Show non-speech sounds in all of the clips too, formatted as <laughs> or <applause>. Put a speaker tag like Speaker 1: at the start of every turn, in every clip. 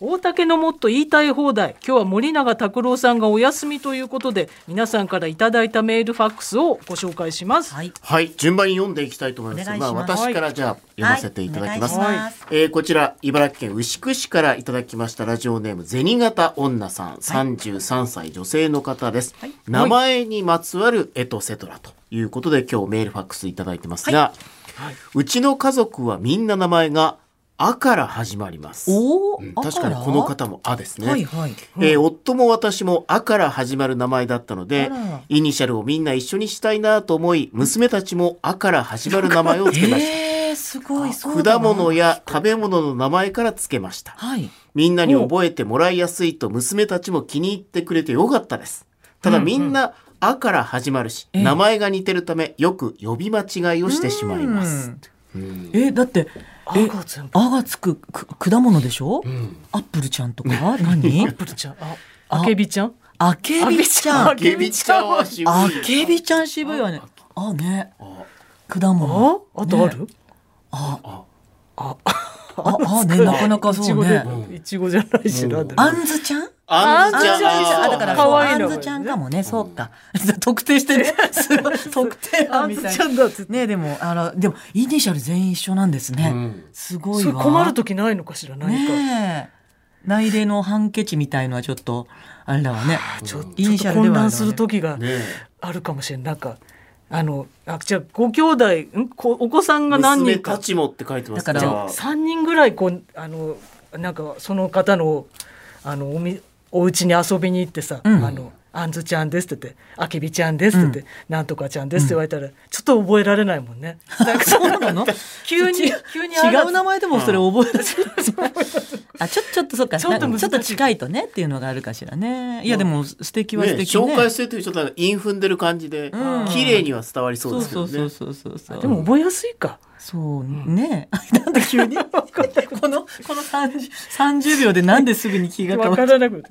Speaker 1: 大竹のもっと言いたい放題今日は森永卓郎さんがお休みということで皆さんからいただいたメールファックスをご紹介します、
Speaker 2: はい。
Speaker 3: はい、順番に読んでいきたいと思いま
Speaker 2: お
Speaker 3: す。
Speaker 2: 願いし
Speaker 3: ま
Speaker 2: ます
Speaker 3: あ、私からじゃあ、読ませていただきます。
Speaker 2: はいお願いします
Speaker 3: えーこちら、茨城県牛久市からいただきましたラジオネーム、銭形女さん、33歳女性の方です。名前にまつわるエトセトラということで、今日メールファックスいただいてますが、うちの家族はみんな名前が、あから始まります。
Speaker 2: おお、
Speaker 3: うん
Speaker 2: あ
Speaker 3: 確からにこの方もあですね。
Speaker 2: はいはい。
Speaker 3: えー夫も私も「あ」から始まる名前だったので
Speaker 2: あら
Speaker 3: イニシャルをみんな一緒にしたいなと思い娘たちも「あ」から始まる名前をつけまし
Speaker 2: えー、すごい。
Speaker 3: た、
Speaker 2: そうだ
Speaker 3: 果
Speaker 2: な
Speaker 3: 物。や食べ物の名前からつけました
Speaker 2: はい。
Speaker 3: みんなに覚えてもらいやすいと娘たちも気に入ってくれてよかったですただみんな「あ」から始まるし、
Speaker 2: え
Speaker 3: 名前が似てるためよく呼び間違いをしてしまいます、うん
Speaker 2: えだって、え、あがつくく果物でしょ、
Speaker 3: ん
Speaker 2: アップルちゃんとか何
Speaker 1: プルちゃんああけびちゃん
Speaker 2: あけびちゃ
Speaker 1: あ
Speaker 2: ん。
Speaker 3: ゲビちゃんは渋い
Speaker 2: あけびちゃん渋いわね。あね。果
Speaker 1: あ
Speaker 2: 物。
Speaker 1: あとある、
Speaker 2: ねあ、あね、なかなかそうね。
Speaker 1: いちごじゃないしなんだろう
Speaker 2: あんずちゃん
Speaker 3: あんずちゃん
Speaker 1: あんずちゃん
Speaker 2: あだから
Speaker 1: か
Speaker 2: そう
Speaker 1: わい
Speaker 2: あ
Speaker 1: いの
Speaker 2: んずちゃんかもね、そうか。 <laughs> 特定して
Speaker 3: <laughs>
Speaker 2: ね。すごい特定
Speaker 1: あ
Speaker 2: だ
Speaker 1: ん
Speaker 2: み
Speaker 1: ず
Speaker 2: たい
Speaker 1: ちゃ
Speaker 2: な。
Speaker 1: んだって
Speaker 2: ねでも、あの、でも、イニシャル全員一緒なんですね。
Speaker 3: ん
Speaker 2: すごい
Speaker 1: それ
Speaker 2: わ。
Speaker 1: 困る時ないのかしら何か、
Speaker 2: ねえ。内例の判決地みたいのはちょっと、あれだわね。
Speaker 1: ちょっと
Speaker 2: イニシャ
Speaker 1: 混
Speaker 2: ルではあるわね
Speaker 1: 乱する時が
Speaker 3: ね
Speaker 1: あるかもしれないなんかあのあじゃあご兄弟んこお子さんが何
Speaker 3: 娘
Speaker 1: 人か
Speaker 3: たちもって書いてます
Speaker 2: だから
Speaker 1: 3人ぐらいこうあのなんかその方のあのおみお家に遊びに行ってさ「
Speaker 2: うん
Speaker 1: あのあんずちゃんです」って言って「あけびちゃんです」って言って、なんとかちゃんです」って言われたら、ちょっと覚えられないもんね。なんか
Speaker 2: そうなの
Speaker 1: <laughs> 急に
Speaker 2: 違う
Speaker 1: 急にあ
Speaker 2: 違
Speaker 1: ら
Speaker 2: う名前でもそれ覚えられない。あ、ちょ、ちょっとそうか。
Speaker 1: ちょっと難しい
Speaker 2: ちょっと近いとねっていうのがあるかしらね。いや、でも、素敵は
Speaker 3: ね
Speaker 2: 素敵ね。
Speaker 3: 紹介するというちょっと韻踏んでる感じで、
Speaker 2: うん
Speaker 3: 綺麗には伝わりそ
Speaker 2: そ
Speaker 3: う
Speaker 2: う
Speaker 3: ですけ
Speaker 2: そ
Speaker 3: ど
Speaker 2: う
Speaker 3: ね。
Speaker 2: そうそうそうそう。
Speaker 1: でも覚えやすいか。
Speaker 2: そうね。 <laughs> なんで急
Speaker 1: <laughs>
Speaker 2: にこの、この30、30秒でなんですぐに気が変
Speaker 1: わ
Speaker 2: わ
Speaker 1: か
Speaker 2: る
Speaker 1: らな
Speaker 2: <laughs>
Speaker 1: く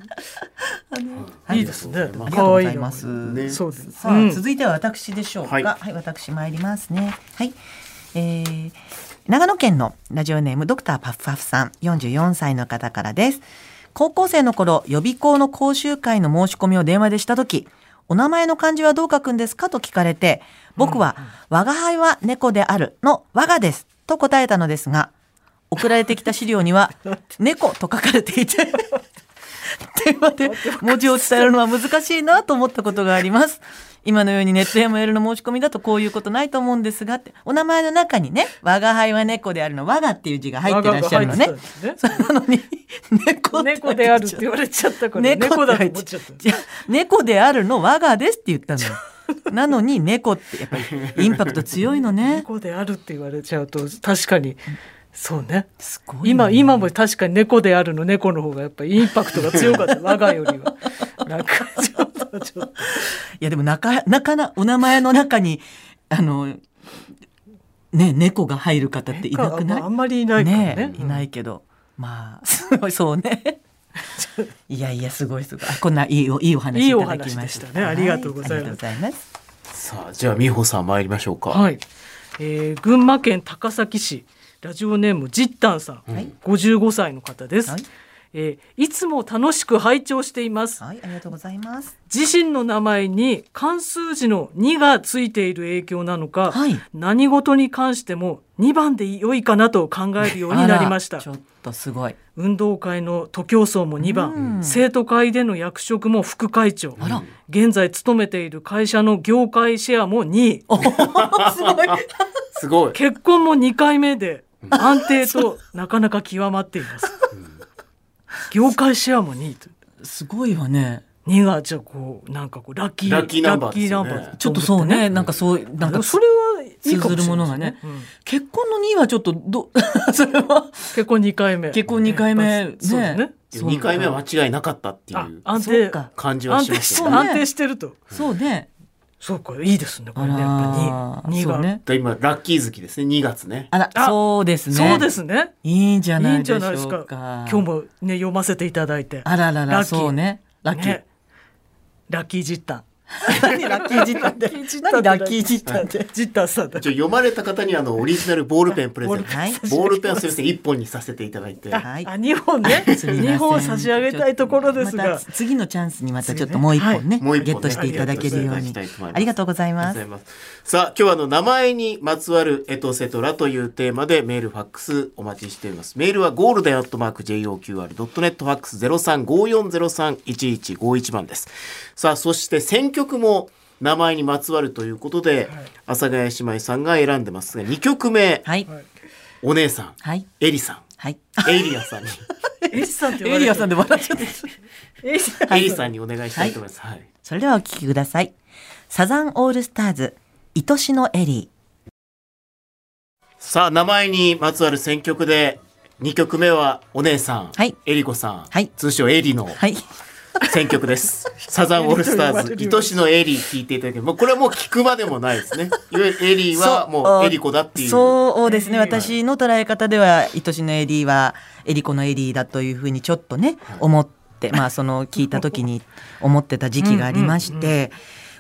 Speaker 3: はい
Speaker 1: いですね。
Speaker 3: ま
Speaker 2: ありがとう
Speaker 1: 可
Speaker 2: ご
Speaker 1: 愛
Speaker 2: ざ
Speaker 1: い
Speaker 2: い
Speaker 1: の
Speaker 2: ます。
Speaker 3: ね
Speaker 1: そうです。
Speaker 2: さあ、
Speaker 1: うん
Speaker 2: 続いては私でしょうか。
Speaker 3: は
Speaker 2: はいい、私参りますね。はい。えー長野県のラジオネームドクターパフパフさん、44歳の方からです。高校生の頃、予備校の講習会の申し込みを電話でしたとき、お名前の漢字はどう書くんですかと聞かれて、僕は、我が輩は猫であるの我がですと答えたのですが、送られてきた資料には、猫と書かれていて、電話で文字を伝えるのは難しいなと思ったことがあります。今のようにネットやメールの申し込みだとこういうことないと思うんですがって、お名前の中にね、我が輩は猫であるの、我がっていう字が入ってらっしゃるのね
Speaker 1: 我が。入ってたんです
Speaker 2: それなのに、猫って
Speaker 1: 猫であるって言われちゃったから
Speaker 2: 猫
Speaker 1: 猫だと
Speaker 2: って
Speaker 1: 思っちゃった。
Speaker 2: じゃあ猫であるの、我がですって言ったのよ。なのに猫ってやっぱりインパクト強いのね。
Speaker 1: 猫であるって言われちゃうと確かにそうね。
Speaker 2: すごいね
Speaker 1: 今今も確かに猫であるの猫の方がやっぱりインパクトが強
Speaker 2: <laughs>
Speaker 1: かった我がよりは。なんかちょっとちょっと
Speaker 2: いやでもなかなかなお名前の中にあのね猫が入る方っていな
Speaker 1: ま
Speaker 2: くな
Speaker 1: ああ
Speaker 2: い
Speaker 1: んまりいないからね。
Speaker 2: ねいないけど、まあ <laughs> すごいそうね
Speaker 1: <laughs>
Speaker 2: いやいやすごいすごいあこんないいおいいお話
Speaker 1: い
Speaker 2: い
Speaker 1: い
Speaker 2: た
Speaker 1: お
Speaker 2: だき
Speaker 1: 話
Speaker 2: ま
Speaker 1: で
Speaker 2: し
Speaker 1: したたねありがとうございます
Speaker 2: はありがとうございます
Speaker 3: さあ、じゃあ、美穂さん参りましょうか。
Speaker 1: はい。えー群馬県高崎市ラジオネームじったんさん、
Speaker 2: はい
Speaker 1: 55歳の方です。
Speaker 2: はい
Speaker 1: いえーいつも楽しく拝聴しています。
Speaker 2: はいありがとうございます
Speaker 1: 自身の名前に漢数字の2がついている影響なのか、
Speaker 2: はい
Speaker 1: 何事に関しても2番で良いかなと考えるようになりまし
Speaker 2: あ
Speaker 1: た
Speaker 2: らちょっとすごい
Speaker 1: 運動会の徒競走も2番、
Speaker 2: うん
Speaker 1: 生徒会での役職も副会長
Speaker 2: あら
Speaker 1: 現在勤めている会社の業界シェアも2位
Speaker 2: <laughs> すごい
Speaker 3: すごい。
Speaker 1: 結婚も2回目で安定となかなか極まっています業界シェアも2位と
Speaker 2: すごいわね
Speaker 1: 2がじゃあこうなんかこうラッキー
Speaker 3: ラッキーナンバーですよね
Speaker 1: ラッキーナンバー
Speaker 2: ちょっとそうねなんかそう
Speaker 1: な
Speaker 2: なんん
Speaker 1: か
Speaker 2: か
Speaker 1: それはいいかもしれないです
Speaker 2: 通ずるものがね
Speaker 1: うん
Speaker 2: 結婚の2はちょっとど <laughs> それは
Speaker 1: 結婚2回目。
Speaker 2: 結婚2回目
Speaker 1: ね。そうだね。
Speaker 2: そう
Speaker 3: 二回目は間違いなかったってい
Speaker 1: あ
Speaker 3: う、
Speaker 1: 安
Speaker 2: そう
Speaker 1: 定。
Speaker 2: か
Speaker 3: 感じは
Speaker 1: 安
Speaker 3: しま
Speaker 1: 定
Speaker 3: し
Speaker 1: したて
Speaker 3: よ
Speaker 1: る、
Speaker 3: ね。
Speaker 1: 安定してると。
Speaker 2: そうね
Speaker 1: そうか、いいですね。これね、やっぱ
Speaker 2: ー
Speaker 1: り2。
Speaker 2: そう
Speaker 1: が。
Speaker 2: ね。
Speaker 3: だ今、ラッキー好きですね。2月ね。
Speaker 2: あら、
Speaker 1: あ
Speaker 2: そうですね。
Speaker 1: そうですね。
Speaker 2: いいんじゃ
Speaker 1: い
Speaker 2: ないい
Speaker 1: んじゃ
Speaker 2: で
Speaker 1: ないで
Speaker 2: し
Speaker 1: す
Speaker 2: ょう
Speaker 1: か。
Speaker 2: か
Speaker 1: 今。日もね、読ませていただいて。
Speaker 2: あら
Speaker 1: ラ
Speaker 2: ら
Speaker 1: ッ
Speaker 2: ら、
Speaker 1: キー
Speaker 2: そうね。ラッキー <laughs>
Speaker 1: ね。。ラッキー実感。
Speaker 2: 何ラッキージッターで
Speaker 1: ラッキージッター
Speaker 2: 何
Speaker 1: で
Speaker 2: ラッキージッターで
Speaker 1: ジッターさんだ
Speaker 3: じゃあ読まれた方にあのオリジナルボールペンプレゼント。
Speaker 2: はい
Speaker 3: ボールペンをすみません一本にさせていただいて。
Speaker 2: はい
Speaker 1: あ二本ね
Speaker 2: <laughs> すみません
Speaker 1: 二本差し上げたいところです
Speaker 2: ま
Speaker 1: が
Speaker 2: た次のチャンスにまたちょっともう一本ね
Speaker 3: もう一本ね
Speaker 2: ゲットしていただけるように
Speaker 3: ゲットしていただきたいと思います
Speaker 2: ありがとうござい
Speaker 3: あ
Speaker 2: ま
Speaker 3: り
Speaker 2: す
Speaker 3: がとうございますさあ今日はあの名前にまつわるエトセトラというテーマでメールファックスお待ちしていますメールはゴールデンアットマーク JOQR.net ファックス0354031151番ですさあそして選曲も名前にまつわるということで、阿佐ヶ谷姉妹さんが選んでますが2曲目、
Speaker 2: はい
Speaker 3: お姉さん、
Speaker 2: はい
Speaker 3: エリさ
Speaker 2: はい
Speaker 3: んエイリアさんに <laughs>
Speaker 1: エリさんって言
Speaker 2: エ
Speaker 1: わ
Speaker 2: リ
Speaker 1: れ
Speaker 2: ア
Speaker 1: て
Speaker 2: さんで笑っちゃった
Speaker 1: エリさん
Speaker 3: エイリさんにお願いしたいと思います、はい
Speaker 2: それではお聞きくださいサザンオールスターズ愛しのエリー
Speaker 3: さあ名前にまつわる選曲で2曲目はお姉さん、
Speaker 2: はい
Speaker 3: エリコさん、
Speaker 2: はい
Speaker 3: 通称エリの
Speaker 2: はい
Speaker 3: 選曲です。サザンオールスターズ、愛しのエリー聞いていただけもうこれはもう聞くまでもないですね。いわゆるエリーはもうエリコだっていう。
Speaker 2: そうですね
Speaker 1: はい
Speaker 2: 私の捉え方では愛しのエリーはエリコのエリーだというふうにちょっとね、思ってまあその聞いた
Speaker 1: <laughs>
Speaker 2: 時に思ってた時期がありまして。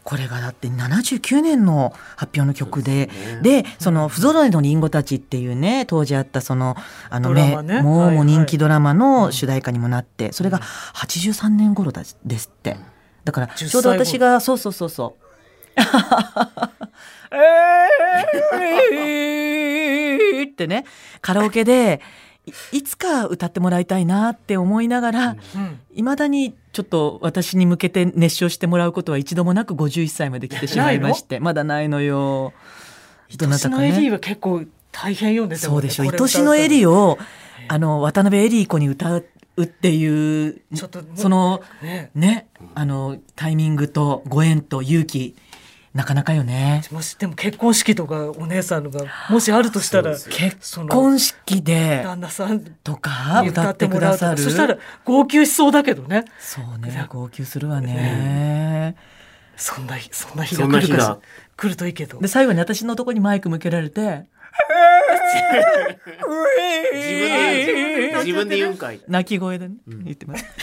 Speaker 2: これがだって79年の発表の曲で
Speaker 3: そう
Speaker 2: で,、その「不揃いのリンゴたち」っていうね当時あったそのあの、
Speaker 1: ドラマね
Speaker 2: めもう
Speaker 1: はい
Speaker 2: もう人気
Speaker 1: はい
Speaker 2: ドラマの主題歌にもなって、それが83年頃だですってだから
Speaker 1: 10
Speaker 2: ちょうど私がそうそうそうそうってねカラオケでいいつか歌ってもらいたいなって思いながら
Speaker 1: うん
Speaker 2: いまだにちょっと私に向けて熱唱してもらうことは一度もなく51歳まで来てしまいましてまだないのよ。ど
Speaker 1: 愛
Speaker 2: な
Speaker 1: した
Speaker 2: か
Speaker 1: のエリー
Speaker 2: ね、
Speaker 1: は結構大変よね
Speaker 2: そうでしょ愛しのエリ
Speaker 1: を
Speaker 2: をあの渡辺エリー子に歌うっていう
Speaker 1: ちょっともう
Speaker 2: その
Speaker 1: ね
Speaker 2: ねあのタイミングとご縁と勇気なかなかよね。
Speaker 1: もしでも結婚式とかお姉さんのがもしあるとしたら
Speaker 3: そうで
Speaker 1: 結
Speaker 2: 婚式で
Speaker 1: 旦那さん
Speaker 2: とか
Speaker 1: に
Speaker 2: 歌ってくださる
Speaker 1: そしたら号泣しそうだけどね
Speaker 2: そうね号泣するわね、
Speaker 1: そんな日そんな日
Speaker 3: そ
Speaker 1: が
Speaker 3: んな
Speaker 1: 来
Speaker 3: 日
Speaker 1: るかし
Speaker 3: が
Speaker 1: 来るといいけど
Speaker 2: で最後に私のとこにマイク向けられて
Speaker 3: 自分で自分で言うんかい。
Speaker 2: 泣き声でね、言ってます <laughs>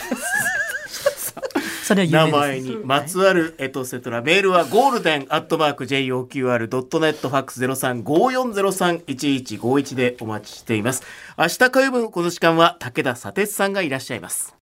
Speaker 2: それは
Speaker 3: 名
Speaker 2: 有名
Speaker 3: 前
Speaker 2: です
Speaker 3: にまつわるエトセトラメールはゴールデンアットマーク JOQR.net ファックス0354031151でお待ちしています明日火曜日のこの時間は武田砂鉄さんがいらっしゃいます